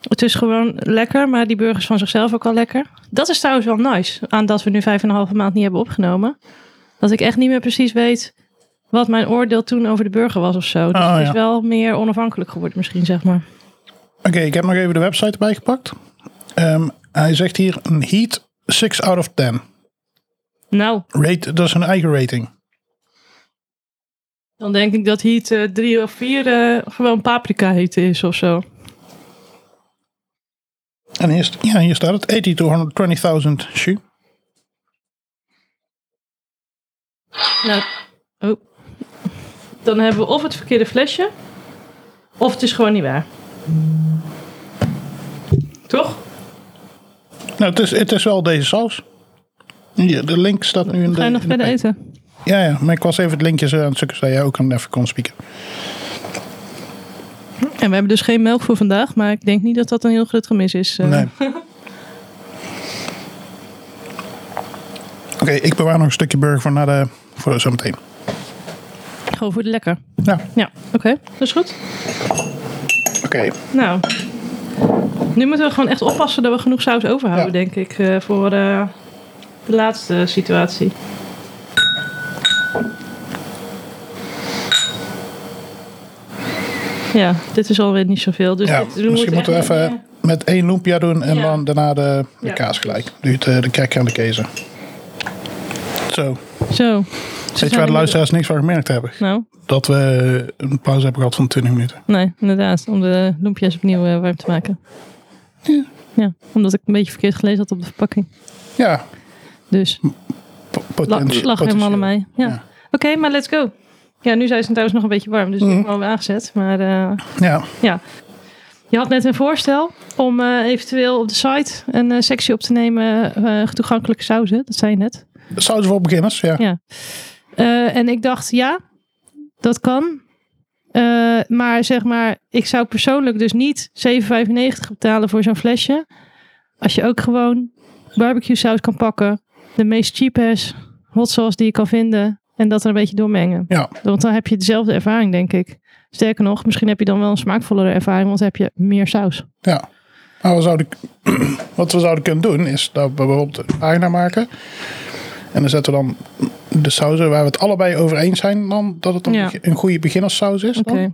S1: Het is gewoon lekker, maar die burgers van zichzelf ook al lekker. Dat is trouwens wel nice, aan dat we nu vijf en een halve maand niet hebben opgenomen. Dat ik echt niet meer precies weet wat mijn oordeel toen over de burger was of zo. Dus
S2: Oh,
S1: het is
S2: ja.
S1: wel meer onafhankelijk geworden misschien, zeg maar.
S2: Oké, ik heb nog even de website erbij gepakt. Ehm, hij zegt hier een heat 6 out of 10.
S1: Nou,
S2: Rate, dat is een eigen rating.
S1: dan denk ik dat heat eh, drie of vier eh, gewoon paprika heet is of zo.
S2: En hier, st- ja, hier staat het. 80 to 120.000 shoe.
S1: Nou, oh. Dan hebben we of het verkeerde flesje, of het is gewoon niet waar. Toch?
S2: Nou, het is, het is wel deze saus. Ja, de link staat nu in de...
S1: Ga je nog
S2: in de
S1: verder
S2: pagina.
S1: eten?
S2: Ja, ja, maar ik was even het linkje zo aan het zoeken, zei jij ook hem even kon spieken.
S1: En we hebben dus geen melk voor vandaag, maar ik denk niet dat dat een heel groot gemis is. eh.
S2: Nee. Oké, ik bewaar nog een stukje burger voor, naar de, voor Nou, zometeen.
S1: Gewoon voor de lekker.
S2: Ja,
S1: Ja, oké. Dat is goed.
S2: oké.
S1: Nou, nu moeten we gewoon echt oppassen dat we genoeg saus overhouden,
S2: Ja.
S1: denk ik, eh, voor eh, de laatste situatie. Ja, dit is alweer niet zoveel. Dus
S2: Ja,
S1: dit- we
S2: misschien moeten we
S1: echt- eh,
S2: even met één loempia doen en
S1: Ja.
S2: dan daarna de, de
S1: Ja.
S2: kaas gelijk. Nu het, eh, de kerk en de kezen. Zo,
S1: Zo.
S2: weet je waar de luisteraars niks van gemerkt hebben?
S1: Nou,
S2: Dat we een pauze hebben gehad van 20 minuten.
S1: nee, inderdaad. Om de loempjes opnieuw eh, warm te maken. Ja, omdat ik een beetje verkeerd gelezen had op de verpakking.
S2: Ja,
S1: Dus.
S2: po-
S1: La-
S2: potentie-
S1: slag helemaal aan
S2: potentieel.
S1: mij. Ja.
S2: Ja.
S1: Oké, maar let's go. Ja, nu zijn ze trouwens nog een beetje warm, dus ik heb hem alweer aangezet. Maar eh,
S2: Ja,
S1: ja. Je had net een voorstel om eh, eventueel op de site een eh, sectie op te nemen eh toegankelijke sauzen. Dat zei je net.
S2: saus voor beginners, ja.
S1: Ja. Eh, en ik dacht, ja, dat kan. Eh, maar zeg maar, ik zou persoonlijk dus niet 7,95 betalen voor zo'n flesje. Als je ook gewoon barbecue saus kan pakken. De meest cheapest hot sauce die je kan vinden. En dat er een beetje doormengen.
S2: Ja.
S1: Want dan heb je dezelfde ervaring, denk ik. Sterker nog, misschien heb je dan wel een smaakvollere ervaring. Want dan heb je meer saus.
S2: ja. Nou, we zouden, wat we zouden kunnen doen is dat we bijvoorbeeld een pagina maken. En dan zetten we dan de sauzen waar we het allebei over eens zijn. Dan, dat het een,
S1: Ja.
S2: beg- een goede beginnerssaus is.
S1: Oké.
S2: Dan. En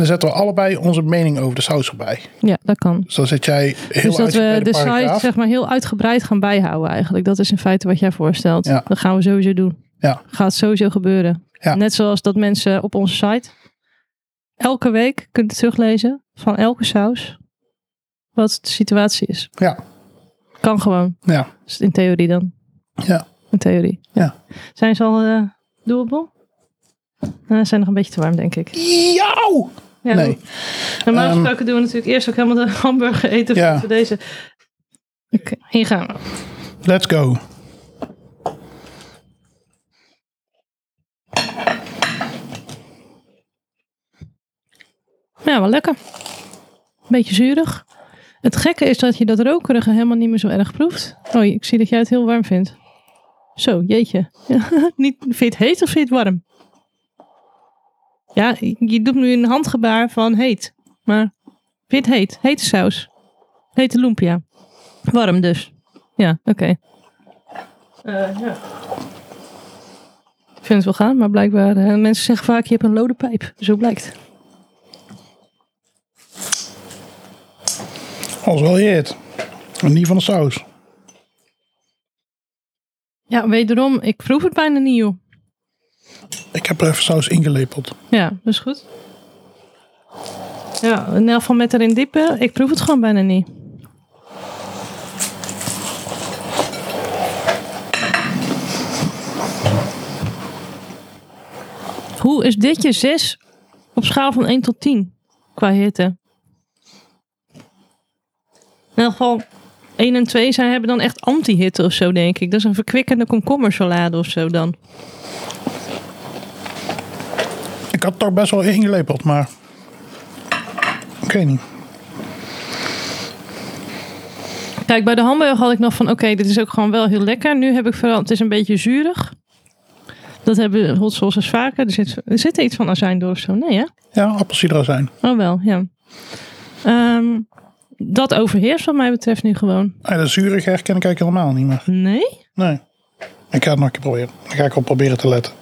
S2: dan zetten we allebei onze mening over de saus erbij.
S1: Ja, dat kan.
S2: Dus dan zit jij heel
S1: Dus dat we
S2: uitgebreide
S1: de site
S2: paragraaf.
S1: zeg maar, heel uitgebreid gaan bijhouden eigenlijk. Dat is in feite wat jij voorstelt.
S2: Ja.
S1: Dat gaan we sowieso doen.
S2: Ja.
S1: Gaat sowieso gebeuren.
S2: Ja.
S1: Net zoals dat mensen op onze site elke week kunt teruglezen van elke saus wat de situatie is.
S2: Ja,
S1: Kan gewoon.
S2: ja,
S1: Dus in theorie dan.
S2: ja.
S1: In theorie.
S2: Ja.
S1: Zijn ze al eh doable? Nou, ze zijn nog een beetje te warm, denk ik.
S2: Jou!
S1: Ja,
S2: Nee.
S1: Normaal
S2: Ehm,
S1: gesproken doen we natuurlijk eerst ook helemaal de hamburger eten
S2: Ja.
S1: voor deze. Oké, hier gaan we.
S2: Let's go.
S1: Ja, wel lekker. Beetje zuurig. Het gekke is dat je dat rokerige helemaal niet meer zo erg proeft. Oh, ik zie dat jij het heel warm vindt. Zo, jeetje. niet, vind je het heet of vind je het warm? Ja, je doet nu een handgebaar van heet. Maar vind je het heet? Hete saus. Hete lumpia. Warm dus. Ja, oké. Ik vind het wel gaan, maar blijkbaar... eh, mensen zeggen vaak, je hebt een lode pijp. Zo blijkt.
S2: Als wel je het. En niet van de saus.
S1: Ja, wederom, ik proef het bijna niet, joh.
S2: Ik heb er even saus ingelepeld.
S1: Ja, dat is goed. Ja, in elk geval met erin dippen, ik proef het gewoon bijna niet. Hoe is dit je 6 op schaal van 1 tot 10 qua hitte? In elk geval 1 en 2 zijn, hebben dan echt anti-hitte of zo, denk ik. Dat is een verkwikkende komkommersalade of zo dan.
S2: Ik had het toch best wel ingelepeld, maar... Ik weet niet.
S1: Kijk, bij de hamburger had ik nog van, oké, dit is ook gewoon wel heel lekker. Nu heb ik vooral, het is een beetje zuurig. Dat hebben hot sauces vaker. Er zit, er zit iets van azijn door of zo. Nee, hè?
S2: Ja, appelsiedrazijn.
S1: Oh, wel, ja. Ehm, dat overheerst wat mij betreft nu gewoon.
S2: Ah, dat zuurige herken ik eigenlijk helemaal niet meer.
S1: Nee?
S2: Nee. Ik ga het nog een keer proberen. Dan ga ik op proberen te letten.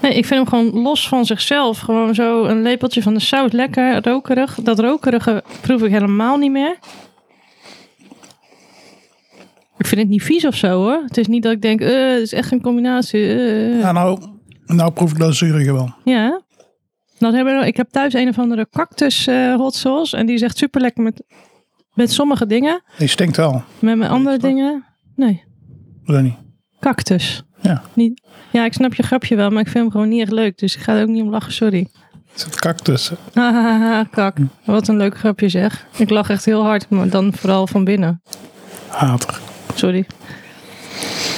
S1: Nee, ik vind hem gewoon los van zichzelf. Gewoon zo een lepeltje van de saus. Lekker, rokerig. Dat rokerige proef ik helemaal niet meer. Ik vind het niet vies of zo, hoor. Het is niet dat ik denk, eh, het is echt een combinatie. eh.
S2: Ja, nou, nou proef ik dat zuurige wel.
S1: Ja. Dat hebben we- ik heb thuis een of andere cactus eh, hot sauce. En die is echt super lekker met, met sommige dingen.
S2: Die stinkt wel.
S1: Met mijn andere
S2: snap.
S1: dingen. Nee,
S2: Weet niet.
S1: cactus.
S2: Ja.
S1: Niet, ja, ik snap je grapje wel, maar ik vind hem gewoon niet echt leuk. Dus ik ga er ook niet om lachen, sorry.
S2: Er zit cactus.
S1: Hahaha, kak. Wat een leuk grapje zeg. Ik lach echt heel hard, maar dan vooral van binnen.
S2: Hater.
S1: Sorry.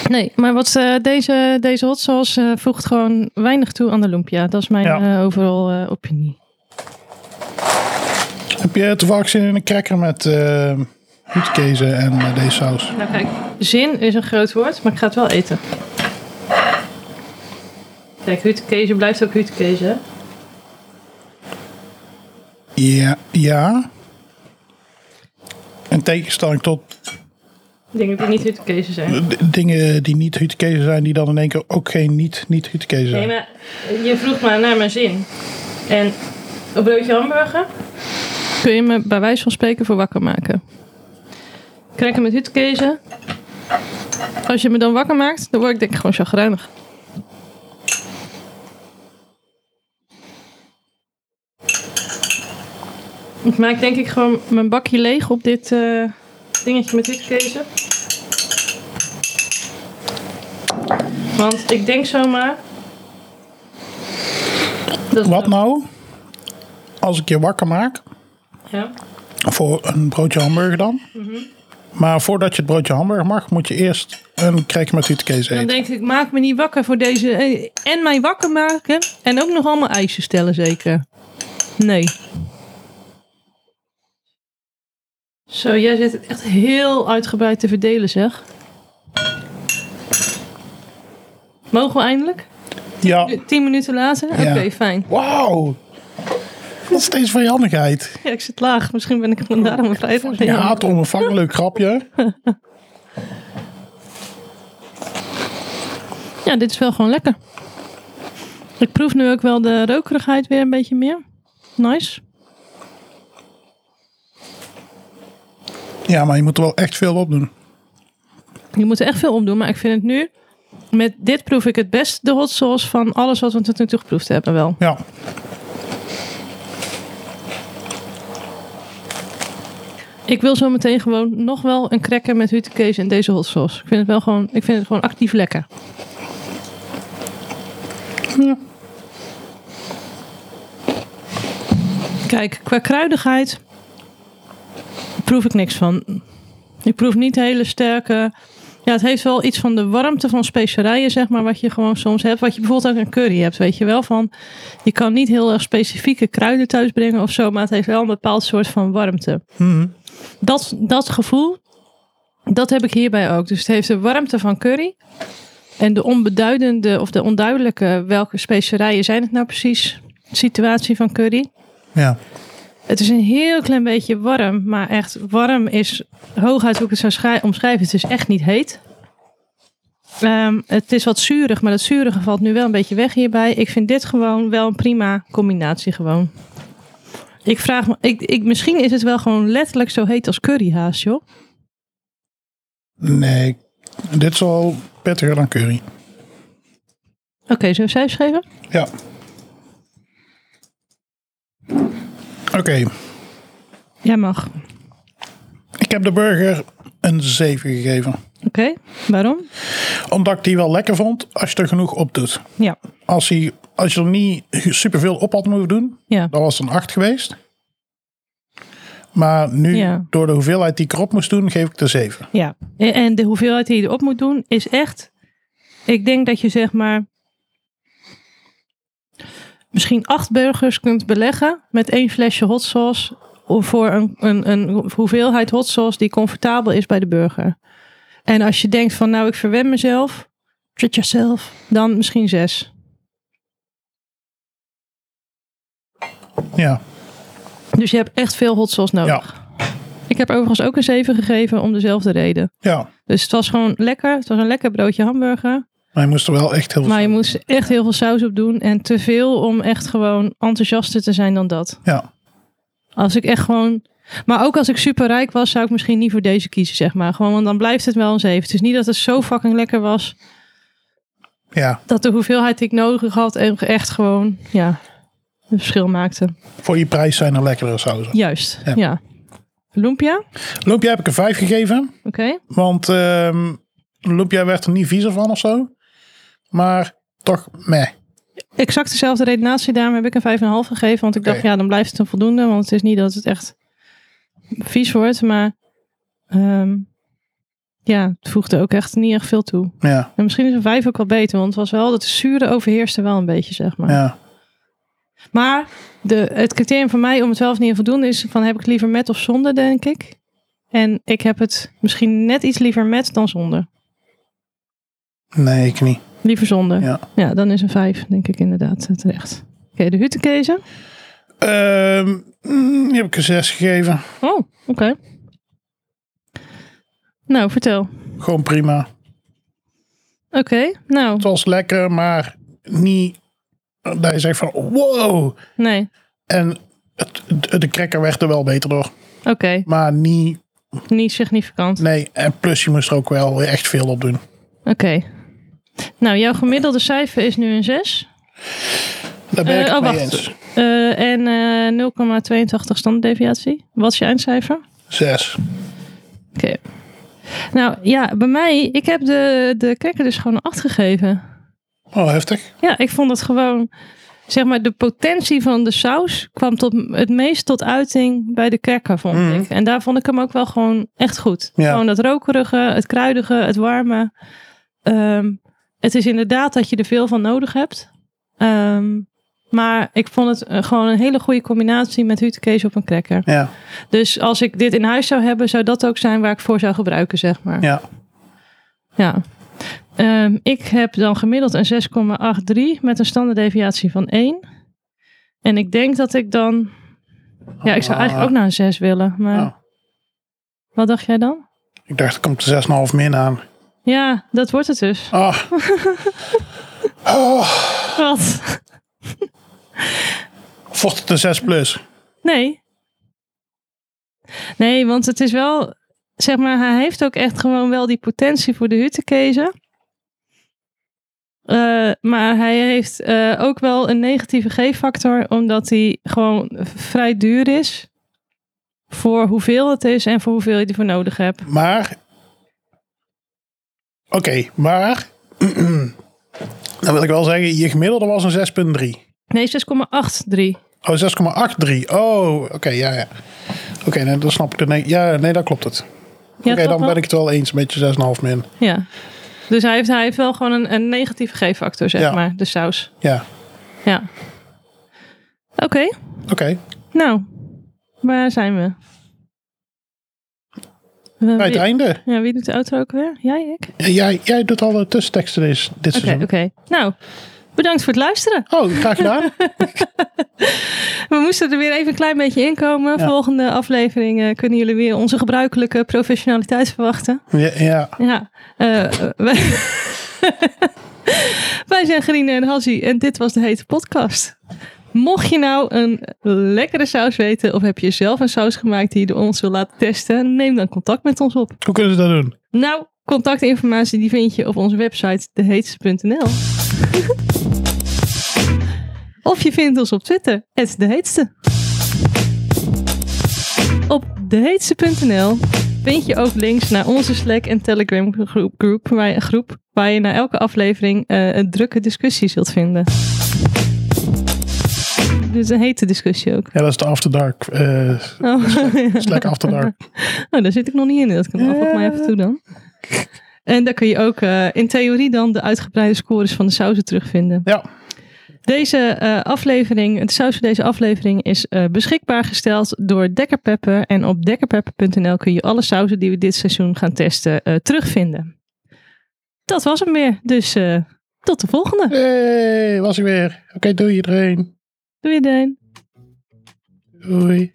S1: Nee, maar wat, eh, deze, deze hot sauce eh, voegt gewoon weinig toe aan de lumpia. Dat is mijn
S2: Ja.
S1: eh, overal eh, opinie.
S2: Heb je toevallig zin in een cracker met eh hoedkezen en eh, deze saus?
S1: Nou kijk, zin is een groot woord, maar ik ga het wel eten. Kijk, huutkezen blijft ook huutkezen. hè?
S2: Ja. ja. In tegenstelling tot
S1: Dingen die niet huutkezen zijn.
S2: d- dingen die niet huutkezen zijn, die dan in één keer ook geen niet-niet-huutkezen
S1: Nee,
S2: zijn.
S1: maar je vroeg maar naar mijn zin. En een broodje hamburger? Kun je me bij wijze van spreken voor wakker maken? Krijgen met huutkezen. Als je me dan wakker maakt, dan word ik denk ik gewoon chagrijnig. Ik maak denk ik gewoon mijn bakje leeg op dit eh, dingetje met huutkezen. Want ik denk zomaar... dat-
S2: Wat nou als ik je wakker maak
S1: Ja.
S2: voor een broodje hamburger dan?
S1: Mhm.
S2: Maar voordat je het broodje hamburger mag, moet je eerst een cracker met huutkezen
S1: Dan
S2: eten.
S1: denk ik, maak me niet wakker voor deze. eh, En mij wakker maken. En ook nog allemaal eisen stellen, zeker. Nee. Zo, jij zit het echt heel uitgebreid te verdelen, zeg. Mogen we eindelijk?
S2: Ja.
S1: Nu, Tien minuten later? Oké,
S2: Ja.
S1: fijn.
S2: Wauw. Nog steeds vijandigheid.
S1: Ja, ik zit laag. Misschien ben ik gewoon daarom een vrijdag.
S2: Je haat onafhankelijk grapje.
S1: Ja, dit is wel gewoon lekker. Ik proef nu ook wel de rokerigheid weer een beetje meer. Nice.
S2: Ja, maar je moet er wel echt veel op doen.
S1: Je moet er echt veel om doen, maar ik vind het nu... Met dit proef ik het best de hot sauce van alles wat we tot nu toe geproefd hebben wel.
S2: Ja.
S1: Ik wil zo meteen gewoon nog wel een cracker met hutekees en deze hot sauce. Ik vind het wel gewoon, ik vind het gewoon actief lekker. Kijk, qua kruidigheid proef ik niks van. Ik proef niet hele sterke. Ja, het heeft wel iets van de warmte van specerijen, zeg maar, wat je gewoon soms hebt. Wat je bijvoorbeeld ook een curry hebt, weet je wel. Van, je kan niet heel erg specifieke kruiden thuisbrengen of zo, maar het heeft wel een bepaald soort van warmte.
S3: Mhm.
S1: Dat, dat gevoel, dat heb ik hierbij ook. Dus het heeft de warmte van curry. En de onbeduidende of de onduidelijke, welke specerijen zijn het nou precies? Situatie van curry.
S3: Ja.
S1: Het is een heel klein beetje warm, maar echt warm is hooguit hoe ik het zou schrij- omschrijven. Het is echt niet heet. Ehm, het is wat zuurig, maar dat zuurige valt nu wel een beetje weg hierbij. Ik vind dit gewoon wel een prima combinatie gewoon. Ik vraag me, ik, ik, misschien is het wel gewoon letterlijk zo heet als curryhaas, joh.
S2: Nee, dit is al pittiger dan curry.
S1: Oké, zullen we cijfers geven?
S2: Ja. Oké,
S1: Jij mag.
S2: ik heb de burger een 7 gegeven.
S1: Oké, waarom?
S2: Omdat ik die wel lekker vond als je er genoeg op doet.
S1: Ja,
S2: Als, hij, als je er niet superveel op had moeten doen,
S1: ja.
S2: dan was het een 8 geweest. Maar nu,
S1: Ja.
S2: door de hoeveelheid die ik erop moest doen, geef ik de 7.
S1: Ja, en- en de hoeveelheid die je erop moet doen is echt. Ik denk dat je zeg maar. misschien acht burgers kunt beleggen. met één flesje hot sauce. of voor een, een, een hoeveelheid hot sauce die comfortabel is bij de burger. En als je denkt van, nou, ik verwen mezelf. treat yourself. dan misschien zes.
S2: Ja,
S1: Dus je hebt echt veel hot sauce nodig. Ik heb overigens ook een 7 gegeven om dezelfde reden.
S2: ja.
S1: Dus het was gewoon lekker. Het was een lekker broodje hamburger.
S2: Maar je moest er wel echt heel veel...
S1: Maar je moest echt heel veel saus op doen en te veel om echt gewoon enthousiaster te zijn dan dat.
S2: Ja,
S1: Als ik echt gewoon. Maar ook als ik superrijk was, zou ik misschien niet voor deze kiezen, zeg maar. Gewoon, want dan blijft het wel een 7. Het is niet dat het zo fucking lekker was
S2: ja.
S1: dat de hoeveelheid die ik nodig had en echt gewoon, ja, een verschil maakte.
S2: Voor je prijs zijn er lekkere sauzen.
S1: Juist,
S2: Ja.
S1: ja. Lumpia, oké.
S2: Loopje heb ik een 5 gegeven. Want ehm Lumpia werd er niet viezer van of zo. Maar toch, meh.
S1: Exact dezelfde redenatie, daarom heb ik een 5,5 gegeven. Want ik
S2: Oké.
S1: dacht, ja, dan blijft het een voldoende. Want het is niet dat het echt vies wordt. Maar ehm, ja, het voegde ook echt niet echt veel toe.
S2: Ja,
S1: En misschien is een 5 ook wel beter. Want het was wel dat de zure overheerste wel een beetje, zeg maar.
S2: ja,
S1: Maar de, het criterium voor mij om het wel of niet een voldoende is... van heb ik het liever met of zonder, denk ik. En ik heb het misschien net iets liever met dan zonder.
S2: nee, ik niet.
S1: Liever zonder.
S2: Ja.
S1: dan is een 5, denk ik inderdaad, eh, terecht. Oké, de huttenkezen.
S2: Ehm, mm, die heb ik een 6 gegeven.
S1: Oh, oké. Nou, vertel. Oké,
S2: Gewoon prima.
S1: nou,
S2: Het was lekker, maar niet dat je zegt van wow.
S1: nee.
S2: En het, de, de cracker werd er wel beter door.
S1: Oké,
S2: Maar niet,
S1: niet significant.
S2: nee. En plus je moest er ook wel echt veel op doen.
S1: Oké. Nou, jouw gemiddelde cijfer is nu een 6.
S2: Daar ben
S1: Eh,
S2: ik het
S1: oh,
S2: mee
S1: wacht.
S2: eens.
S1: eh, en eh 0,82 standaarddeviatie. Wat is je eindcijfer?
S2: 6.
S1: Oké. Nou ja, bij mij, ik heb de, de cracker dus gewoon een 8 gegeven.
S2: Oh, heftig.
S1: Ja, ik vond het gewoon, zeg maar, de potentie van de saus kwam tot, het meest tot uiting bij de cracker, vond
S2: Mm.
S1: ik. En daar vond ik hem ook wel gewoon echt goed.
S2: Ja.
S1: Gewoon dat rokerige, het kruidige, het warme. Ehm, het is inderdaad dat je er veel van nodig hebt. Ehm, maar ik vond het eh, gewoon een hele goede combinatie met hutekees op een cracker.
S2: Ja,
S1: Dus als ik dit in huis zou hebben, zou dat ook zijn waar ik voor zou gebruiken, zeg maar.
S2: ja.
S1: Ja. Ehm, ik heb dan gemiddeld een 6,83 met een standaarddeviatie van 1. En ik denk dat ik dan. Ja, ik zou eigenlijk ook naar een 6 willen. Maar
S2: Ah.
S1: wat dacht jij dan?
S2: Ik dacht, er komt de 6,5 min aan.
S1: Ja, dat wordt het dus.
S2: Ah. Oh,
S1: Wat?
S2: vocht het een 6 plus.
S1: Nee. Nee, want het is wel. Zeg maar, hij heeft ook echt gewoon wel die potentie voor de huttenkezen. Eh, maar hij heeft eh, ook wel een negatieve G-factor, omdat hij gewoon vrij duur is. Voor hoeveel het is en voor hoeveel je ervoor nodig hebt.
S2: Maar. Oké, maar. Dan wil ik wel zeggen, je gemiddelde was een 6,3.
S1: Nee, 6,83.
S2: Oh, 6,83. Oh, oké, ja, ja. Oké, nee, dan snap ik het. Nee, ja, nee, dan klopt het.
S1: Ja,
S2: Oké, dan ben
S1: wel?
S2: ik het wel eens met je 6,5 min.
S1: Ja. Dus hij heeft, hij heeft wel gewoon een, een negatieve G-factor, zeg
S2: Ja.
S1: maar, de saus.
S2: Ja,
S1: Ja. Oké,
S2: oké.
S1: nou, waar zijn we? We-
S2: Bij het
S1: wie,
S2: einde.
S1: ja, wie doet de outro ook weer? Jij, ik? Oké,
S2: Jij, jij doet alle tussenteksten dit, dit
S1: oké.
S2: seizoen.
S1: Nou, bedankt voor het luisteren.
S2: Oh, graag gedaan.
S1: We moesten er weer even een klein beetje inkomen.
S2: Ja.
S1: Volgende aflevering eh, kunnen jullie weer onze gebruikelijke professionaliteit verwachten.
S2: ja, ja.
S1: Ja, eh, wij, wij zijn Gerine en Hassie en dit was de Hete Podcast. Mocht je nou een lekkere saus weten of heb je zelf een saus gemaakt die je door ons wil laten testen, neem dan contact met ons op.
S2: Hoe kunnen ze dat doen?
S1: Nou, contactinformatie die vind je op onze website deheetste.nl. Of je vindt ons op Twitter, deheetste. Op deheetste.nl vind je ook links naar onze Slack en Telegram groep, groep, waar, je, groep, waar je na elke aflevering eh, een drukke discussie zult vinden. Dus een hete discussie ook.
S2: Ja, dat is de After Dark. eh
S1: Oh, ja.
S2: Slack After Dark.
S1: Oh, daar zit ik nog niet in. Dat kan
S2: Ja.
S1: aflog mij even toe dan. En daar kun je ook eh, in theorie dan de uitgebreide scores van de sauzen terugvinden.
S2: Ja.
S1: Deze eh, aflevering, het saus voor deze aflevering is eh, beschikbaar gesteld door Dekker Pepper. En op dekkerpepper.nl kun je alle sauzen die we dit seizoen gaan testen eh, terugvinden. Dat was hem weer. Dus eh, tot de volgende.
S2: Hey, was ik weer. Oké, doei iedereen.
S1: Doei Deen.
S2: Doei.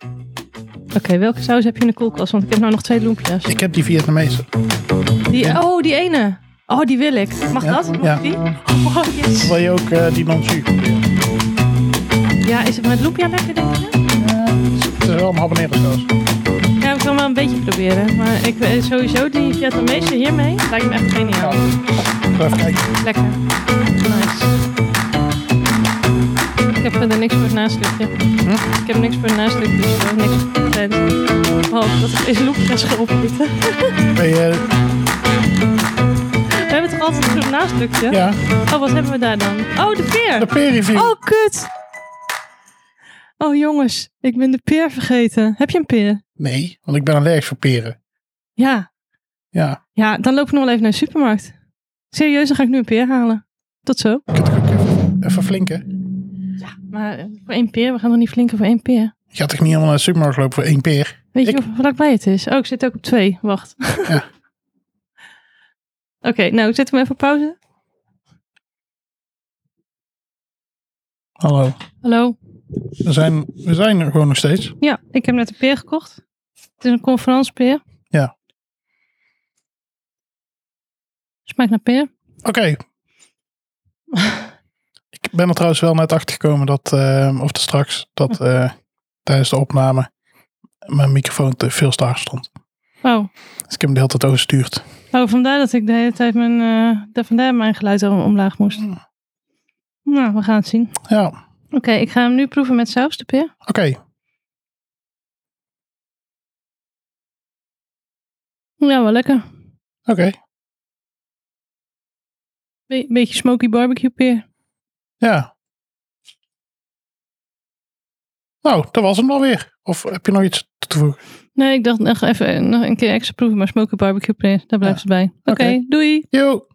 S1: Oké, welke saus heb je in de koelkast? Want ik heb nou nog twee loempjes.
S2: Ik heb die Vietnamese.
S1: Die, oh, die ene. Oh, die wil ik. Mag
S2: Ja,
S1: dat? Mag
S2: ja.
S1: die? Oh, yes.
S2: Wil je ook eh, die non-su?
S1: Ja, is het met loepia lekker, denk je?
S2: Het is wel een habanero saus.
S1: Ja, ik kan wel een beetje proberen. Maar ik, eh, sowieso die Vietnamese hiermee lijkt me echt geniaal.
S2: Even kijken.
S1: Lekker. Nice. Ik heb er niks voor het nastukje.
S2: Hm?
S1: Ik heb niks voor het nastukje, dus eh, niks voor het eind. Oh, dat ik deze loepjes ga opeten.
S2: Ben je,
S1: We hebben toch altijd een nastukje?
S2: eh, ja,
S1: Oh, wat hebben we daar dan? Oh, de peer!
S2: de peer-review.
S1: Oh, kut! Oh, jongens, ik ben de peer vergeten. Heb je een peer?
S2: Nee, want ik ben allergisch voor peren.
S1: Ja.
S2: Ja,
S1: Ja, dan loop ik nog wel even naar de supermarkt. Serieus, dan ga ik nu een peer halen. Tot zo.
S2: ik heb toch ook even, even flink, hè?
S1: Maar eh, voor één peer, we gaan nog niet flinken voor één peer.
S2: Je gaat toch niet helemaal naar de supermarkt lopen voor één peer?
S1: Weet
S2: Ik-
S1: je hoe vlakbij het is? Oh, ik zit ook op twee. Wacht.
S2: Ja.
S1: Oké, nou, zet hem even op pauze.
S2: Hallo.
S1: Hallo.
S2: We zijn, we zijn er gewoon nog steeds.
S1: Ja, ik heb net een peer gekocht. Het is een conferenspeer.
S2: Ja.
S1: Smaakt naar peer.
S2: Oké. ik ben er trouwens wel net achter gekomen dat, eh, of te straks, dat eh, tijdens de opname mijn microfoon te veel staar stond.
S1: Oh.
S2: Dus ik heb hem de hele tijd overstuurd.
S1: Oh, vandaar dat ik de hele tijd mijn, eh, daar vandaar mijn geluid om- omlaag moest.
S2: Mm.
S1: Nou, we gaan het zien.
S2: Ja,
S1: Oké, ik ga hem nu proeven met saus, de peer.
S2: oké.
S1: Ja, wel lekker.
S2: Oké.
S1: Be- beetje smoky barbecue peer.
S2: Ja. Nou, dat was hem alweer. Of heb je nog iets toe te voegen?
S1: Nee, ik dacht nog even eh, nog een keer extra proeven, maar smoky barbecue peer, daar blijft het bij. Oké,
S2: Oké.
S1: doei!
S2: Yo!